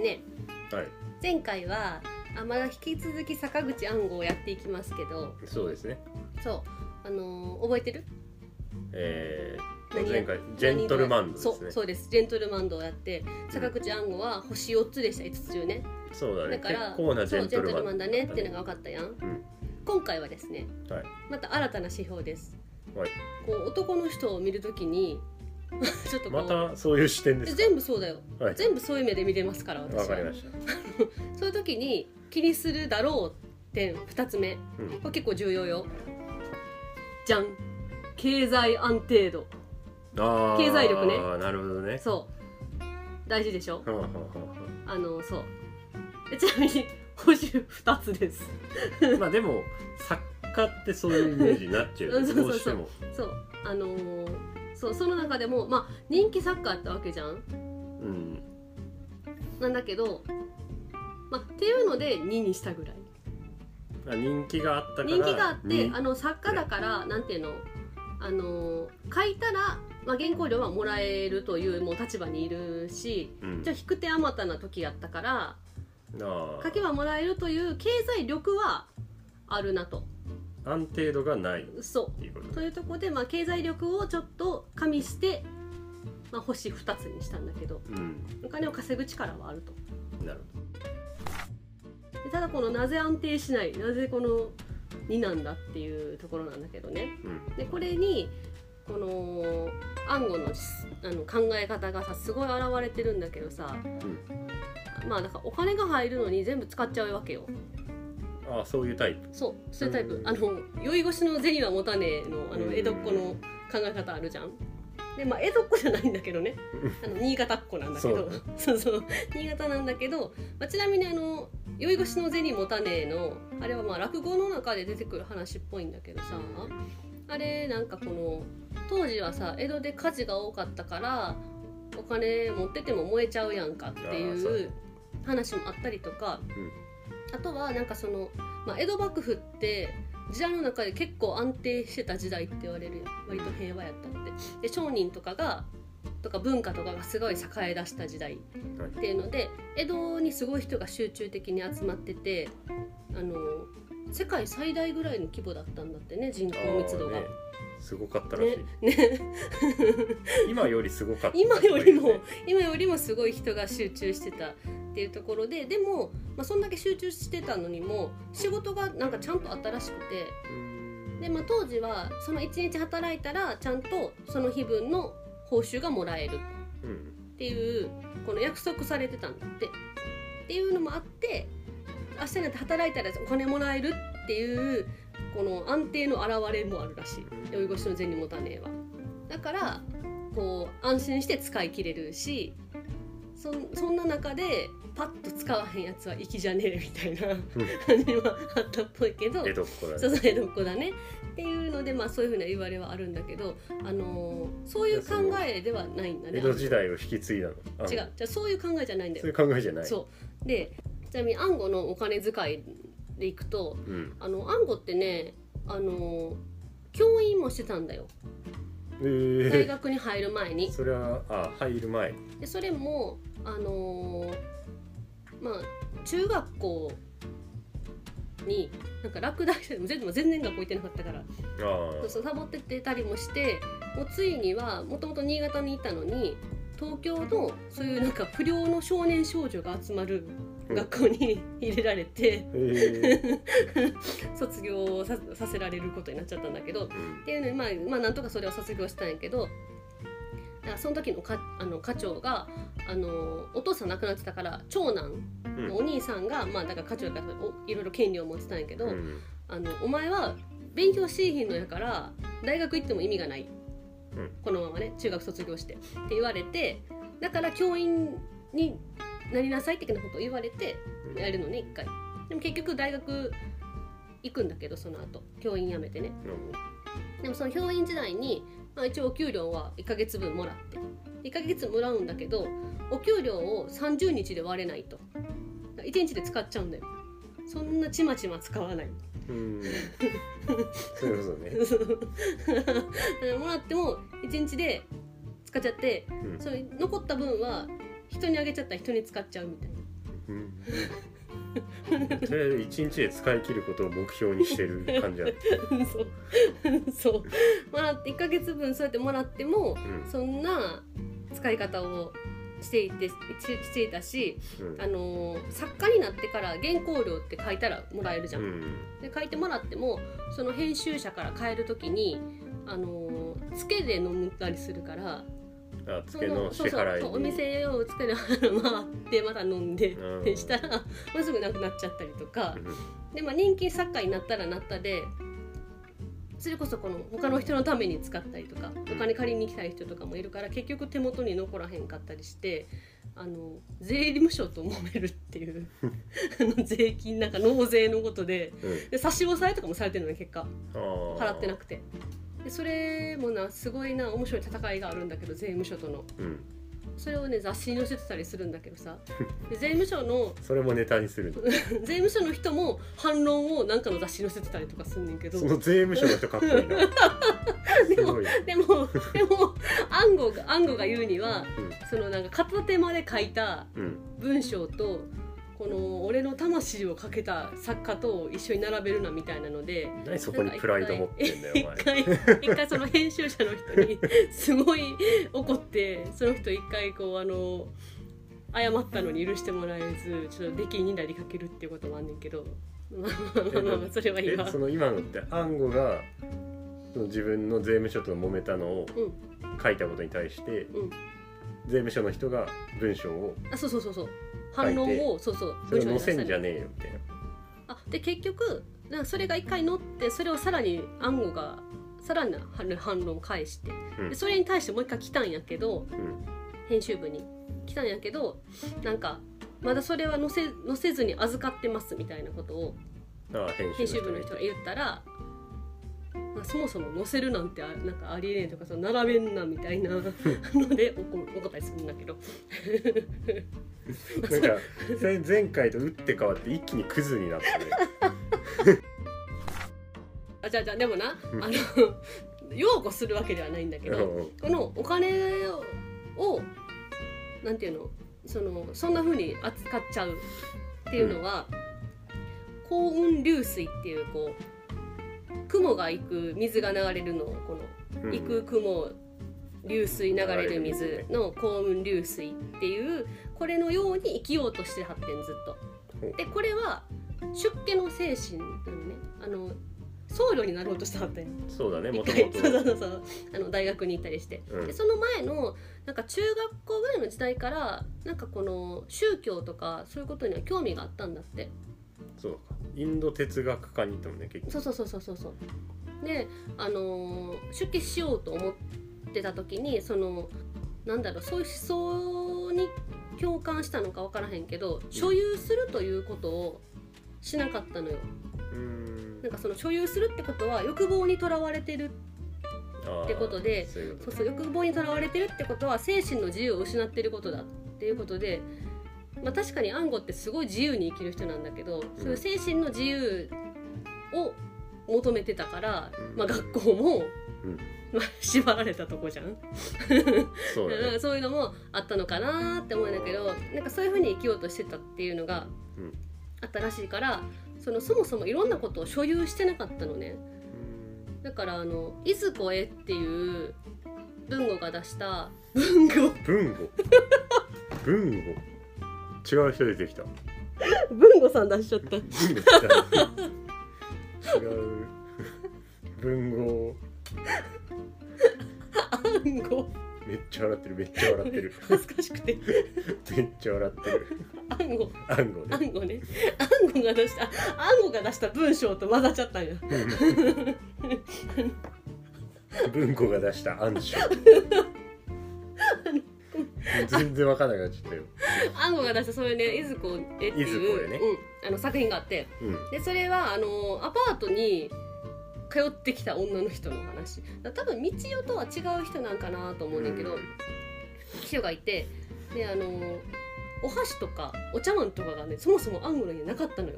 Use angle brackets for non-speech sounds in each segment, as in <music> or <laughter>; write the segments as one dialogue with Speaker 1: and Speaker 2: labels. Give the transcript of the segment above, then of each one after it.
Speaker 1: はい
Speaker 2: 前回はあまだ引き続き坂口暗号をやっていきますけど
Speaker 1: そうですね
Speaker 2: そうあのー覚えてる
Speaker 1: えー、
Speaker 2: 何
Speaker 1: 前回ジェントルマンドですね
Speaker 2: そうそうですジェントルマンドをやって坂口暗号は星4つでした5つ中ね
Speaker 1: そうだね
Speaker 2: だから
Speaker 1: 結構なジ
Speaker 2: そ
Speaker 1: ェ
Speaker 2: う
Speaker 1: ン
Speaker 2: ジェ
Speaker 1: ト
Speaker 2: ント
Speaker 1: ルマ
Speaker 2: ル
Speaker 1: ン
Speaker 2: マンだねっていうのが分かったやん、
Speaker 1: ん
Speaker 2: 今回はですね
Speaker 1: はい
Speaker 2: また新たな指標です、
Speaker 1: はい
Speaker 2: こう男の人を見るときに <laughs> ちょっとこう、
Speaker 1: またそういう視点ですか
Speaker 2: 全部そうだよ
Speaker 1: はい
Speaker 2: 全部そういう目で見てますから
Speaker 1: わ
Speaker 2: 私
Speaker 1: か
Speaker 2: は
Speaker 1: りました
Speaker 2: そういう時に気にするだろう点2つ目
Speaker 1: うん
Speaker 2: これ結構重要よじゃん経済安定度
Speaker 1: あー
Speaker 2: 経済力ね
Speaker 1: なるほどね
Speaker 2: そう大事でしょ
Speaker 1: はあはあは
Speaker 2: あのそうえちなみに補修2つです
Speaker 1: <laughs> あまあでも作家ってそういうイメージになっちゃうよ
Speaker 2: <laughs>
Speaker 1: ね
Speaker 2: そうそうそう
Speaker 1: どうしても
Speaker 2: そうあのーそうその中でもまあ人気作家あったわけじゃん
Speaker 1: うん
Speaker 2: なんだけどまあっていうので2にしたぐらい
Speaker 1: あ人気があったから
Speaker 2: 人気があって
Speaker 1: に
Speaker 2: あの作家だからなんていうのあの書いたら、まあ、原稿料はもらえるというもう立場にいるし
Speaker 1: うん
Speaker 2: じゃあ引く手あまたな時やったから
Speaker 1: あ
Speaker 2: 書
Speaker 1: ー
Speaker 2: けばもらえるという経済力はあるなと
Speaker 1: 安定度がないっ
Speaker 2: そ
Speaker 1: ていうこと
Speaker 2: うというところで、まあ、経済力をちょっと加味して、まあ、星2つにしたんだけど
Speaker 1: うん
Speaker 2: お金を稼ぐ力はあると。
Speaker 1: なる
Speaker 2: でただこのなぜ安定しないなぜこの2なんだっていうところなんだけどね
Speaker 1: ほどうん
Speaker 2: でこれにこの暗号のすあの考え方がさすごい表れてるんだけどさ、まあだからお金が入るのに全部使っちゃうわけよ
Speaker 1: ああそういうタイプ
Speaker 2: そうそういうタイプ
Speaker 1: うん
Speaker 2: あの酔い越しの銭は持たねえのあ
Speaker 1: う
Speaker 2: の
Speaker 1: ん
Speaker 2: 江戸っ子の考え方あるじゃん。でまあ江戸っ子じゃないんだけど
Speaker 1: <laughs>
Speaker 2: ねあの新潟っ子なんだけどそうそう新潟なんだけど、まあ、ちなみにあの「酔い越しの銭持たねえの」あれはまあ落語の中で出てくる話っぽいんだけどさあれなんかこの当時はさ江戸で火事が多かったからお金持ってても燃えちゃうやんかって
Speaker 1: あーそ
Speaker 2: いう
Speaker 1: う
Speaker 2: 話もあったりとか、あとはなんかその、まあ、江戸幕府って時代の中で結構安定してた時代って言われるよ割と平和やったのでで商人とかがとか文化とかがすごい栄え出した時代っていうので江戸にすごい人が集中的に集まっててあの世界最大ぐらいの規模だったんだってね人口密度が。
Speaker 1: あーねすごかったらしい、
Speaker 2: ねね
Speaker 1: 今よりすごかった
Speaker 2: <laughs> 今よりも今よりもすごい人が集中してたっていうところででも、まあ、そんだけ集中してたのにも仕事がなんかちゃんとあったらしくて
Speaker 1: うん
Speaker 2: で、まあ、当時はその1日働いたらちゃんとその日分の報酬がもらえる
Speaker 1: うん
Speaker 2: っていうこの約束されてたんだってっていうのもあって明日になって働いたらお金もらえるっていうこの安定の表れもあるらしい酔い越しの銭持たねえはだからこう安心して使い切れるしそんそんな中でパッと使わへんやつは粋じゃねえみたいな感じはあったっぽいけど
Speaker 1: 江戸っ子だ
Speaker 2: そう
Speaker 1: ね
Speaker 2: そう江戸っ子だねっていうので、まあ、そういうふうな言われはあるんだけど、あのーそういう考えではないんだね
Speaker 1: 江戸時代を引き継いだのあ
Speaker 2: 違うじゃあそういう考えじゃないんだ
Speaker 1: そうい
Speaker 2: よ
Speaker 1: う考えじゃない
Speaker 2: そうでちなみに暗号のお金遣いでいくと
Speaker 1: うん
Speaker 2: あの暗号ってねあの教員もしてたんだよ
Speaker 1: え
Speaker 2: 大
Speaker 1: ー、
Speaker 2: 学に入る前に
Speaker 1: それはあ入る前
Speaker 2: でそれもあのまあ中学校になんか落第して全然全然学校行ってなかったから
Speaker 1: あ
Speaker 2: そうそうサボっててたりもしてもうついにはもともと新潟にいたのに東京のそういうなんか不良の少年少女が集まる
Speaker 1: うん
Speaker 2: 学校に <laughs> 入れられて
Speaker 1: えー
Speaker 2: 卒業をささせられることになっちゃったんだけどっ
Speaker 1: うん
Speaker 2: ていうのにまあ、まあ、なんとかそれを卒業したんやけどだからその時のかあの課長があのお父さん亡くなってたから長男のお兄さんが、まあだから課長やからおいろいろ権利を持ってたんやけど、
Speaker 1: うん
Speaker 2: あのお前は勉強しいひんのやから大学行っても意味がない、
Speaker 1: うん
Speaker 2: このままね中学卒業してって言われてだから教員になりなさい的なことを言われて
Speaker 1: うん
Speaker 2: やるのね一回でも結局大学行くんだけどその後教員辞めてねでもその教員時代に、まあ、一応お給料は1ヶ月分もらって1ヶ月もらうんだけどお給料を30日で割れないと1日で使っちゃうんだよそんなちまちま使わない <laughs>
Speaker 1: うんそういうことね
Speaker 2: そう <laughs> もらっても1日で使っちゃって
Speaker 1: うん
Speaker 2: それ残った分は人にあげちゃったら人に使っちゃうみたいな
Speaker 1: うん、とりあえず一日で使い切ることを目標にしてる感じある、
Speaker 2: <laughs> そうそうもらって1ヶ月分そうやってもらっても
Speaker 1: うん
Speaker 2: そんな使い方をしていてししていたし、
Speaker 1: うん
Speaker 2: あのー作家になってから原稿料って書いたらもらえるじゃん。
Speaker 1: うん
Speaker 2: で書いてもらってもその編集者から変える時に、あのーツケで飲むたりするから
Speaker 1: あ
Speaker 2: そ
Speaker 1: 付けの支
Speaker 2: そうそう
Speaker 1: 払い
Speaker 2: そう
Speaker 1: に
Speaker 2: お店をつけで回ってまた飲んで
Speaker 1: うん
Speaker 2: ってしたらもうすぐなくなっちゃったりとか
Speaker 1: う。ん
Speaker 2: でまあ人気作家になったらなったでそれこそこの他の人のために使ったりとかお金借りに来たい人とかもいるから結局手元に残らへんかったりしてあの税務署と揉めるっていうあの税金なんか納税のことで
Speaker 1: うん
Speaker 2: で差し押さえとかもされてるのに結果
Speaker 1: あー
Speaker 2: 払ってなくてでそれもなすごいな面白い戦いがあるんだけど税務署との
Speaker 1: うん、
Speaker 2: それをね雑誌に載せてたりするんだけどさで税務署の <laughs>
Speaker 1: それもネタにするの
Speaker 2: 税務署の人も反論をなんかの雑誌に載せてたりとかすんねんけど
Speaker 1: その税務署の人かっこいい
Speaker 2: <laughs>
Speaker 1: なすごい、
Speaker 2: でも <laughs> でも暗号が暗号が言うには
Speaker 1: うん
Speaker 2: そのなんか片手まで書いた
Speaker 1: うん、
Speaker 2: 文章とこの俺の魂をかけた作家と一緒に並べるなみたいなので
Speaker 1: 何そこにプライド持ってんだ
Speaker 2: 一
Speaker 1: よお前
Speaker 2: 回一回その編集者の人にすごい怒ってその人一回こうあの謝ったのに許してもらえずちょっと出禁になりかけるっていうこともあんねんけどまあまあまあまあ <laughs> まあそれはいいわ
Speaker 1: え。その今のって暗号がその自分の税務署と揉めたのを
Speaker 2: うん
Speaker 1: 書いたことに対して、
Speaker 2: うん
Speaker 1: 税務署の人が文章を
Speaker 2: あそうそうそうそう反論をそうそう
Speaker 1: それを載せ
Speaker 2: 文章
Speaker 1: ん
Speaker 2: に出し
Speaker 1: じ
Speaker 2: た
Speaker 1: ゃ
Speaker 2: り
Speaker 1: ねえよみたいな
Speaker 2: あで結局なんかそれが一回載ってそれをさらに暗号がさらに反論を返して、
Speaker 1: うん
Speaker 2: でそれに対してもう一回来たんやけど、
Speaker 1: ん
Speaker 2: 編集部に来たんやけどなんかまだそれは載せ載せずに預かってますみたいなことを
Speaker 1: ああ編
Speaker 2: 編
Speaker 1: 集
Speaker 2: 集
Speaker 1: 部
Speaker 2: 部
Speaker 1: の
Speaker 2: の人
Speaker 1: 人が
Speaker 2: が言ったら、まあ、そもそも載せるなんてあなんかありえねえとかその並べんなみたい
Speaker 1: <laughs>
Speaker 2: なので怒怒ったりするんだけど
Speaker 1: なんか前前回と打って変わって一気にクズになったね
Speaker 2: あじゃあじゃあでもな、
Speaker 1: うん
Speaker 2: あの <laughs> 擁護するわけで <laughs> はないんだけ
Speaker 1: う
Speaker 2: ど、
Speaker 1: んうん
Speaker 2: このお金ををなんていうのそのそんな風に扱っちゃうっていうのは、幸運流水っていうこう雲が行く水が流れるのをこ
Speaker 1: う
Speaker 2: の
Speaker 1: ん
Speaker 2: 行く雲流水流れる水の幸運流水っていうこれのように生きようとしてはってんずっ
Speaker 1: ほ
Speaker 2: と。でこれは出家の精神なのねあの僧侶になろうとしてはったんよ
Speaker 1: そうだね
Speaker 2: 一
Speaker 1: もと
Speaker 2: 回
Speaker 1: も
Speaker 2: そうそう
Speaker 1: と
Speaker 2: そうそうあの大学に行ったりして、
Speaker 1: うん
Speaker 2: でその前のなんか中学校ぐらいの時代からなんかこの宗教とかそういうことには興味があったんだって
Speaker 1: そうかインド哲学科に行ったもんね結
Speaker 2: そうそうそうそうそうそうであのー出家しようと思ってた時にそのなんだろうそういう思想に共感したのか分からへんけど所有するということをしなかったのよ
Speaker 1: 構うーん
Speaker 2: なんかその所有するってことは欲望にとらわれてる
Speaker 1: あー
Speaker 2: ってことで
Speaker 1: そういうこ
Speaker 2: そうそ
Speaker 1: と
Speaker 2: う欲望にとらわれてるってことは精神の自由を失ってることだっていうことで、まあ、確かにアンゴってすごい自由に生きる人なんだけど、そういう精神の自由を求めてたから、
Speaker 1: うん
Speaker 2: まあ、学校も、
Speaker 1: うん
Speaker 2: まあ、縛られたとこじゃん
Speaker 1: そ
Speaker 2: <laughs>
Speaker 1: う
Speaker 2: だか
Speaker 1: だね
Speaker 2: らそういうのもあったのかなって思うんだけどなんかそういうふうに生きようとしてたっていうのが
Speaker 1: うん
Speaker 2: あったらしいからそのそもそもいろんなことを所有してなかったのね。
Speaker 1: うん
Speaker 2: だからあの「いずこえ」っていう文吾が出した文吾
Speaker 1: 文語文語違う人出てきた
Speaker 2: 文吾さん出しちゃった
Speaker 1: 文語違う文語
Speaker 2: 暗号
Speaker 1: めっちゃ笑ってるめっちゃ笑ってる
Speaker 2: 恥ずかしくて
Speaker 1: めっちゃ笑ってる
Speaker 2: 暗号
Speaker 1: 暗号ね
Speaker 2: 暗号ね暗号が出した暗号が出した文章と混ざっちゃったんや
Speaker 1: 文庫が出した暗証全然わかんなくなっちゃったよ
Speaker 2: 暗号が出したそういうね「いずこえ」って
Speaker 1: いずこ
Speaker 2: い
Speaker 1: え
Speaker 2: う、
Speaker 1: ね
Speaker 2: うん、あの作品があって
Speaker 1: うん
Speaker 2: でそれはあのアパートに通ってきた女の人の話だから多分道代とは違う人なんかなと思うねんだけど、人がいてであのお箸とかお茶碗とかがねそもそもアンゴラにはなかったのよ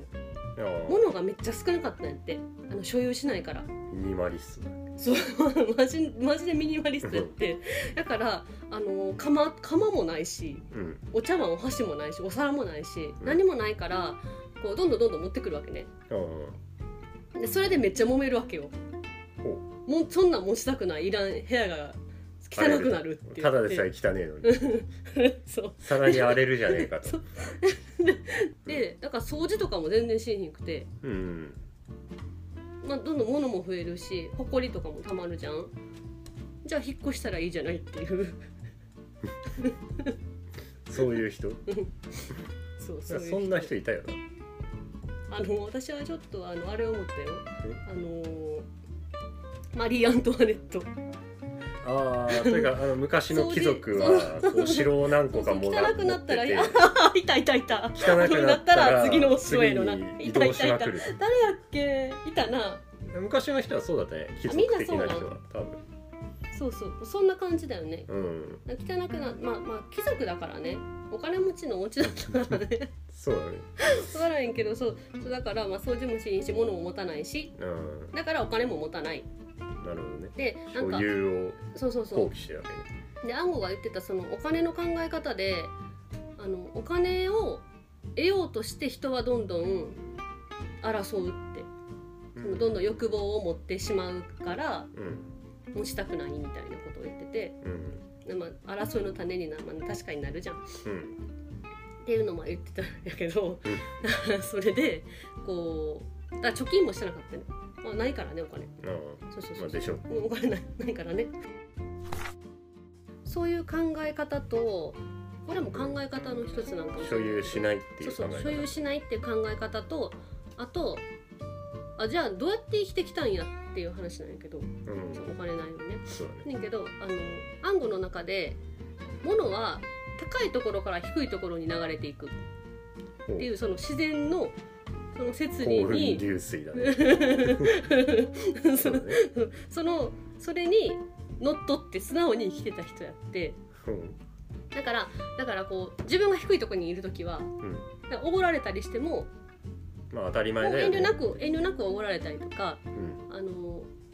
Speaker 1: ああ
Speaker 2: 物がめっちゃ少なかったんやってあの所有しないから <laughs>
Speaker 1: ミニマリストだ
Speaker 2: そうマジマジでミニマリストやってだからあの釜釜もないし
Speaker 1: うん
Speaker 2: お茶碗お箸もないしお皿もないし
Speaker 1: うん
Speaker 2: 何もないからこうどんどんどんどん持ってくるわけね
Speaker 1: ああ
Speaker 2: でそれでめっちゃ揉めるわけよ
Speaker 1: ほ
Speaker 2: もうそんなん持ちたくないいらん部屋が汚くなるって言って
Speaker 1: ただでさえ汚ねえのに
Speaker 2: <laughs> そう
Speaker 1: さらに荒れるじゃねえかと
Speaker 2: そうでだから掃除とかも全然しにくくて、
Speaker 1: うん
Speaker 2: まあ、どんどん物も増えるしほこりとかもたまるじゃんじゃあ引っ越したらいいじゃないっていう
Speaker 1: そういう人
Speaker 2: そうそういう
Speaker 1: そんな人いたよな
Speaker 2: あの私はちょっとあのあれ思ったよあのーマリー・アントワネット
Speaker 1: ああというかあの昔の貴族は
Speaker 2: そう
Speaker 1: こう城を何個かもら
Speaker 2: そうそう汚くなったら
Speaker 1: 持ってて
Speaker 2: あいたいたいた
Speaker 1: 汚くなったら
Speaker 2: 次のお城へのな
Speaker 1: 次に移動しまくる
Speaker 2: 誰やっけいたな
Speaker 1: 昔の人はそうだったね貴族的な人は多分
Speaker 2: そうそうそんな感じだよね
Speaker 1: うん
Speaker 2: 汚くなまあまあ貴族だからねお金持ちのお家だったからね
Speaker 1: そうだね
Speaker 2: わからへんけどそうそうだから、まあ、掃除もしにし物も持たないし
Speaker 1: うん
Speaker 2: だからお金も持たない
Speaker 1: なるほどね
Speaker 2: でなん
Speaker 1: 所
Speaker 2: か
Speaker 1: 有
Speaker 2: そうそう
Speaker 1: を
Speaker 2: そ
Speaker 1: 放
Speaker 2: う
Speaker 1: 棄してたわけね
Speaker 2: でアンゴが言ってたそのお金の考え方であのお金を得ようとして人はどんどん争うって
Speaker 1: う
Speaker 2: そのどんどん欲望を持ってしまうから
Speaker 1: うん
Speaker 2: 持ちたくないみたいなことを言ってて、
Speaker 1: うん
Speaker 2: でまあ、争いの種にな、まあ、確かになるじゃんっ
Speaker 1: うん
Speaker 2: ていうのも言ってたんやけど、 <laughs> それでこうだから貯金もしてなかったね、まあ、ないからねお金
Speaker 1: あ
Speaker 2: そうそうそう、
Speaker 1: まあでしょう
Speaker 2: うんお金ないないからねそういう考え方とこれも考え方の一つなんかも
Speaker 1: あ
Speaker 2: し
Speaker 1: 所
Speaker 2: れない
Speaker 1: 有しないってい
Speaker 2: そう
Speaker 1: う考
Speaker 2: そう
Speaker 1: え方
Speaker 2: 所有しないっていう考え方とあとあじゃあどうやって生きてきたんやっていう話なんやけど
Speaker 1: うん
Speaker 2: お金ないよね。
Speaker 1: そうだね
Speaker 2: ねんけどあの暗号の中で物は高いところから低いところに流れていくっていうその自然のその
Speaker 1: お
Speaker 2: 摂理
Speaker 1: 高運
Speaker 2: に
Speaker 1: 流水だね
Speaker 2: そ
Speaker 1: そう
Speaker 2: の
Speaker 1: だね
Speaker 2: <laughs> そのそれにのっとって素直に生きてた人やって
Speaker 1: うん
Speaker 2: だからだからこう自分が低いところにいる時は
Speaker 1: うん
Speaker 2: だからおごられたりしても
Speaker 1: まあ当たり
Speaker 2: も
Speaker 1: 前
Speaker 2: う
Speaker 1: だよ
Speaker 2: 遠慮
Speaker 1: ね
Speaker 2: なく遠慮なくおごられたりとか
Speaker 1: うん
Speaker 2: あの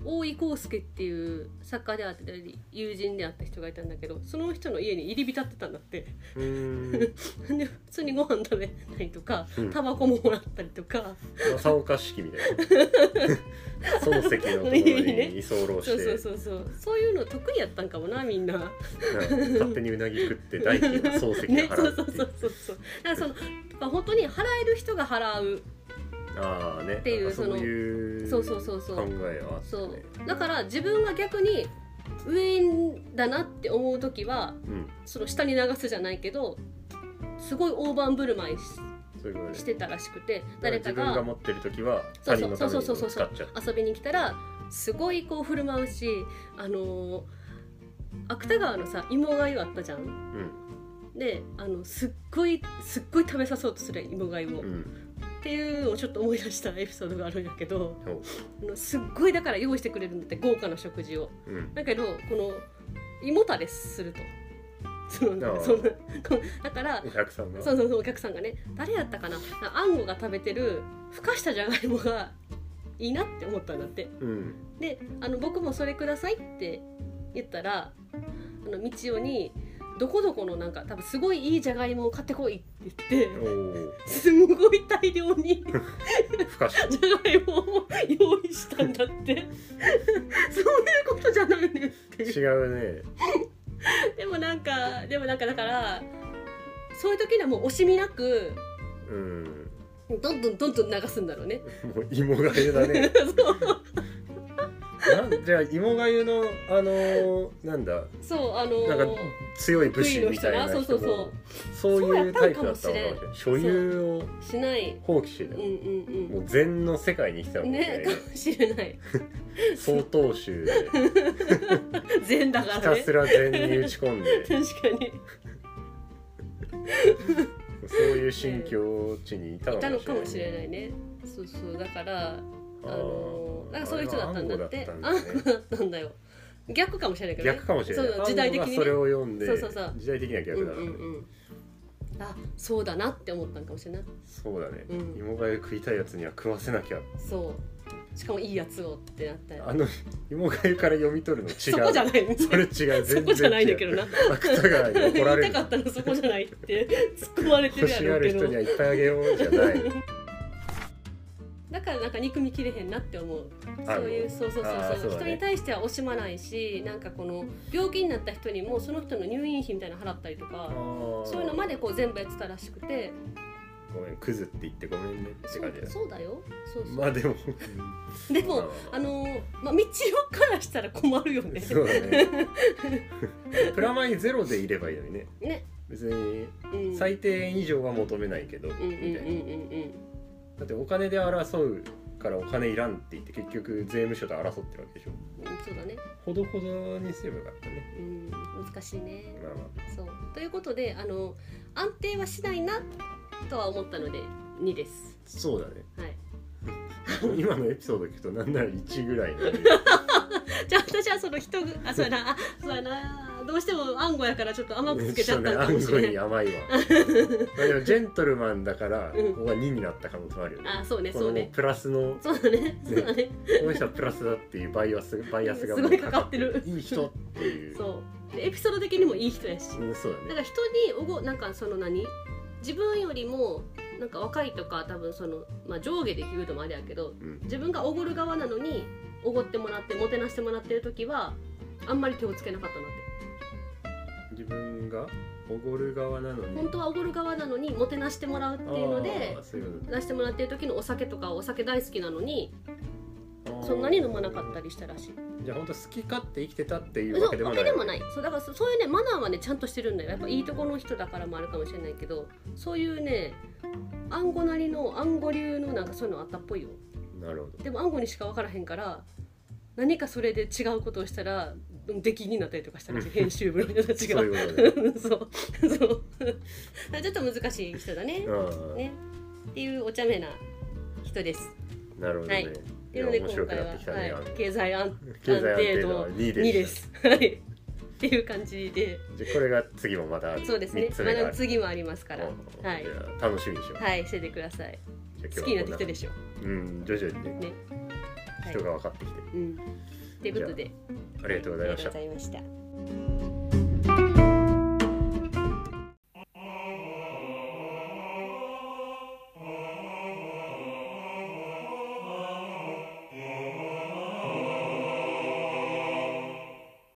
Speaker 2: 大井康介っていう作家であったり友人であった人がいたんだけどその人の家に入り浸ってたんだって。 <laughs>
Speaker 1: うーん
Speaker 2: で普通にご飯食べたりとか
Speaker 1: うん
Speaker 2: タバコももらったりとか、
Speaker 1: 正岡式みた
Speaker 2: <laughs>
Speaker 1: いな漱石のところに居
Speaker 2: そ
Speaker 1: 候し
Speaker 2: うそう
Speaker 1: て
Speaker 2: そうそうそういうの得意やったんかもなみんな。
Speaker 1: うん勝手にうなぎ食って代金は漱
Speaker 2: <laughs>
Speaker 1: 石
Speaker 2: ね
Speaker 1: が、
Speaker 2: そ
Speaker 1: 払
Speaker 2: う <laughs> そうう
Speaker 1: ってい
Speaker 2: そううそうそうだからそのとか本当に払える人が払う
Speaker 1: ああね
Speaker 2: ていう
Speaker 1: なんか
Speaker 2: その
Speaker 1: そういう
Speaker 2: そうそうそうそう
Speaker 1: 考えはあった
Speaker 2: そ
Speaker 1: ね
Speaker 2: うだから自分が逆に上だなって思う時は
Speaker 1: うん
Speaker 2: その下に流すじゃないけどすごい大盤振る舞いし
Speaker 1: そういうこと
Speaker 2: し
Speaker 1: で
Speaker 2: てたらしくて誰か
Speaker 1: 自分が
Speaker 2: が
Speaker 1: 持ってる時は
Speaker 2: そ
Speaker 1: 他
Speaker 2: うそ
Speaker 1: 人
Speaker 2: うそ
Speaker 1: のた
Speaker 2: う
Speaker 1: め
Speaker 2: そう
Speaker 1: に使
Speaker 2: そ
Speaker 1: っ
Speaker 2: う
Speaker 1: ちゃう
Speaker 2: 遊びに来たらすごいこう振る舞うしあのー芥川のさ芋がゆあったじゃん
Speaker 1: うん
Speaker 2: であのすっごいすっごい食べさそうとする芋がゆを、
Speaker 1: う
Speaker 2: っ
Speaker 1: ん
Speaker 2: ていうのをちょっと思い出したエピソードがあるんやけど
Speaker 1: ほう
Speaker 2: あのすっごいだから用意してくれるんだって豪華な食事を
Speaker 1: うん
Speaker 2: だけどこの胃もたれするとその
Speaker 1: あー
Speaker 2: そのこうだから
Speaker 1: お客さんが
Speaker 2: そうそうそうお客さんがね誰やったかなあんごが食べてるふかしたじゃがいもがいいなって思ったんだって
Speaker 1: うん
Speaker 2: であの僕もそれくださいって言ったらあの道代にどこどこのなんか多分すごいいいじゃがいもを買ってこいって言
Speaker 1: お
Speaker 2: って
Speaker 1: お
Speaker 2: すんごい大量に
Speaker 1: ふかし
Speaker 2: じゃがいもを用意したんだってそういう
Speaker 1: <laughs>
Speaker 2: ことじゃないねんっていう
Speaker 1: 違うね
Speaker 2: でもなんかでもなんかだからそういう時にはもう惜しみなく <laughs>
Speaker 1: うん
Speaker 2: どんどんどんどん流すんだろうね。
Speaker 1: もう芋がゆだ
Speaker 2: <laughs>
Speaker 1: ね
Speaker 2: そう
Speaker 1: なんじゃあ芋がゆのあのーなんだ
Speaker 2: そうあのー
Speaker 1: なんか強い武
Speaker 2: 不
Speaker 1: 士
Speaker 2: 意の
Speaker 1: みた
Speaker 2: 人
Speaker 1: いな
Speaker 2: な
Speaker 1: 人
Speaker 2: そ
Speaker 1: も
Speaker 2: うそうそ
Speaker 1: そういうタイプだったのかもし
Speaker 2: そうや
Speaker 1: れ
Speaker 2: ったん
Speaker 1: ない所有を
Speaker 2: うしない
Speaker 1: 放棄して
Speaker 2: う
Speaker 1: た
Speaker 2: んう
Speaker 1: よ、も
Speaker 2: ん
Speaker 1: う禅の世界に来た
Speaker 2: うん
Speaker 1: もん
Speaker 2: ね
Speaker 1: ね
Speaker 2: かもしれない
Speaker 1: 曹洞宗で
Speaker 2: 善だ
Speaker 1: ひ
Speaker 2: から
Speaker 1: た
Speaker 2: ね
Speaker 1: すら禅に打ち込んで
Speaker 2: 確かに
Speaker 1: そういう新境地にいた
Speaker 2: いたの
Speaker 1: の
Speaker 2: か
Speaker 1: か
Speaker 2: も
Speaker 1: も
Speaker 2: し
Speaker 1: し
Speaker 2: れ
Speaker 1: れ
Speaker 2: な
Speaker 1: ないい
Speaker 2: ねそうそうだからあの
Speaker 1: あー
Speaker 2: なんかそういう人だったんだって
Speaker 1: あれは
Speaker 2: あ
Speaker 1: 暗号
Speaker 2: ん
Speaker 1: だっ
Speaker 2: こだ
Speaker 1: たんだね
Speaker 2: ったんだよ逆かもしれないけどね
Speaker 1: 逆かもしれない
Speaker 2: そう時代的にね
Speaker 1: 暗号がそれを読んで
Speaker 2: そうそうそう
Speaker 1: 時代的に
Speaker 2: う
Speaker 1: は
Speaker 2: ん
Speaker 1: 逆
Speaker 2: う
Speaker 1: だ
Speaker 2: ん
Speaker 1: な、
Speaker 2: うんあそうだなって思ったんかもしれない
Speaker 1: そうだね、
Speaker 2: うん
Speaker 1: 芋がゆ食いたいやつには食わせなきゃ
Speaker 2: そうしかもいいやつをってなった
Speaker 1: あ
Speaker 2: ら
Speaker 1: の芋がゆから読み取るの違う
Speaker 2: そこじゃない
Speaker 1: それ違う全然違う
Speaker 2: そこじゃないんだけどな
Speaker 1: 芥川に怒ら
Speaker 2: 言
Speaker 1: れ
Speaker 2: い
Speaker 1: る
Speaker 2: たかったのそこじゃないって突っ込まれて
Speaker 1: 欲
Speaker 2: るや
Speaker 1: し
Speaker 2: ろ
Speaker 1: が
Speaker 2: うけ
Speaker 1: る人
Speaker 2: ど
Speaker 1: にはいっぱいあげようじゃない
Speaker 2: だからなんか憎みきれへんなって思うそ
Speaker 1: あ
Speaker 2: ういう
Speaker 1: の
Speaker 2: そうそうそう
Speaker 1: あー
Speaker 2: そ
Speaker 1: そううだ
Speaker 2: 人
Speaker 1: ね
Speaker 2: に対しては惜しまないしなんかこの病気になった人にもその人の入院費みたいなの払ったりとか
Speaker 1: あ
Speaker 2: <laughs>
Speaker 1: ー
Speaker 2: そういうのまでこう全部やってたらしくて
Speaker 1: ごめんクズって言ってごめんねって
Speaker 2: そう
Speaker 1: 感じだ
Speaker 2: そうだよそうそう、
Speaker 1: まあでも
Speaker 2: でも
Speaker 1: あー
Speaker 2: あのーまあ道をからしたら困るよね
Speaker 1: そうだね <laughs> プラマイゼロでいればいいのにね
Speaker 2: ね、
Speaker 1: 別に
Speaker 2: うん、
Speaker 1: 最低以上は求めないけど、
Speaker 2: うんうんうん
Speaker 1: みたいな
Speaker 2: うん
Speaker 1: だってお金で争うからお金いらんって言って結局税務署と争ってるわけでしょ
Speaker 2: うんうんそうだね、
Speaker 1: ほどほどにすればよかったね
Speaker 2: うん、難しいね
Speaker 1: まあま
Speaker 2: そうということであの安定はしないなとは思ったので2です
Speaker 1: あそうだね
Speaker 2: はい
Speaker 1: <laughs> 今のエピソード聞くとなんなら1ぐらいの
Speaker 2: じゃあ私はその人ぐあそうやなあそうやなどうしても暗号やからちょっと甘くつけちゃったの
Speaker 1: ね、
Speaker 2: かも
Speaker 1: 暗
Speaker 2: し
Speaker 1: 号
Speaker 2: れない、
Speaker 1: に甘いわまあでもジェントルマンだからこ
Speaker 2: うん
Speaker 1: こが2になった可能性もあるよね、
Speaker 2: あそうね
Speaker 1: こ
Speaker 2: そ
Speaker 1: の
Speaker 2: うね
Speaker 1: プラスの
Speaker 2: そうだねそうだね
Speaker 1: この人はプラスだっていうバイアスバイアスが
Speaker 2: すごいかかってる
Speaker 1: いい人っていう
Speaker 2: そうでエピソード的にもいい人やし
Speaker 1: うんそう
Speaker 2: な
Speaker 1: だ
Speaker 2: ん
Speaker 1: ね
Speaker 2: か人におごなんかその何自分よりもなんか若いとか多分その、まあ、上下で言うのもあれやけど
Speaker 1: うん
Speaker 2: 自分がおごる側なのにおごってもらってもてなしてもらってる時はあんまり手をつけなかったなって
Speaker 1: 自分がおごる側なのに
Speaker 2: 本当はおごる側なのにもてなしてもらうっていうので
Speaker 1: あーそういうこ
Speaker 2: 出してもらってる時のお酒とかお酒大好きなのに
Speaker 1: とあー
Speaker 2: そんなに飲まなかったりしたらしい
Speaker 1: じゃあ本当好き勝手生きてたっていう
Speaker 2: そ
Speaker 1: わけで
Speaker 2: う
Speaker 1: も
Speaker 2: わ
Speaker 1: な
Speaker 2: け
Speaker 1: い
Speaker 2: でもないそうだからそそういうねマナーはねちゃんとしてるんだよやっぱいいとこの人だからもあるかもしれないけどそういうね暗号なりの暗号流のなんかそういうのあったっぽいよ
Speaker 1: なるほ
Speaker 2: でも暗号にしか分からへんから何かそれで違うことをしたら出禁になったりとかしたらしい編集部の人た
Speaker 1: ど
Speaker 2: ちが
Speaker 1: そうい
Speaker 2: <laughs>
Speaker 1: うことで
Speaker 2: そうそう <laughs> ちょっと難しい人だね
Speaker 1: うん
Speaker 2: ねっていうお茶目な人です
Speaker 1: なるほどね、
Speaker 2: はい
Speaker 1: い
Speaker 2: っていう
Speaker 1: や
Speaker 2: ので
Speaker 1: 面
Speaker 2: 今
Speaker 1: 白く
Speaker 2: 回は、
Speaker 1: なってきたね、
Speaker 2: はい
Speaker 1: あの、
Speaker 2: 経済安
Speaker 1: 経済安定度は2
Speaker 2: 2
Speaker 1: で
Speaker 2: ですす。はい。っていう感じで、
Speaker 1: じゃあこれが次もまた
Speaker 2: そうですね
Speaker 1: 3。つ
Speaker 2: ま
Speaker 1: 目があ
Speaker 2: だ
Speaker 1: る
Speaker 2: 次もありますから、
Speaker 1: うん
Speaker 2: はい
Speaker 1: じゃあ楽しみにしよう、
Speaker 2: はい、しててください。
Speaker 1: じゃあ
Speaker 2: 好きにな
Speaker 1: 今
Speaker 2: ってき
Speaker 1: 日はこ
Speaker 2: た
Speaker 1: ん
Speaker 2: でしょ。
Speaker 1: うん徐々にね
Speaker 2: ね。はい
Speaker 1: 人が分かってきてる、
Speaker 2: うん。ということで、
Speaker 1: ありがとうございました
Speaker 2: ありがとうございました。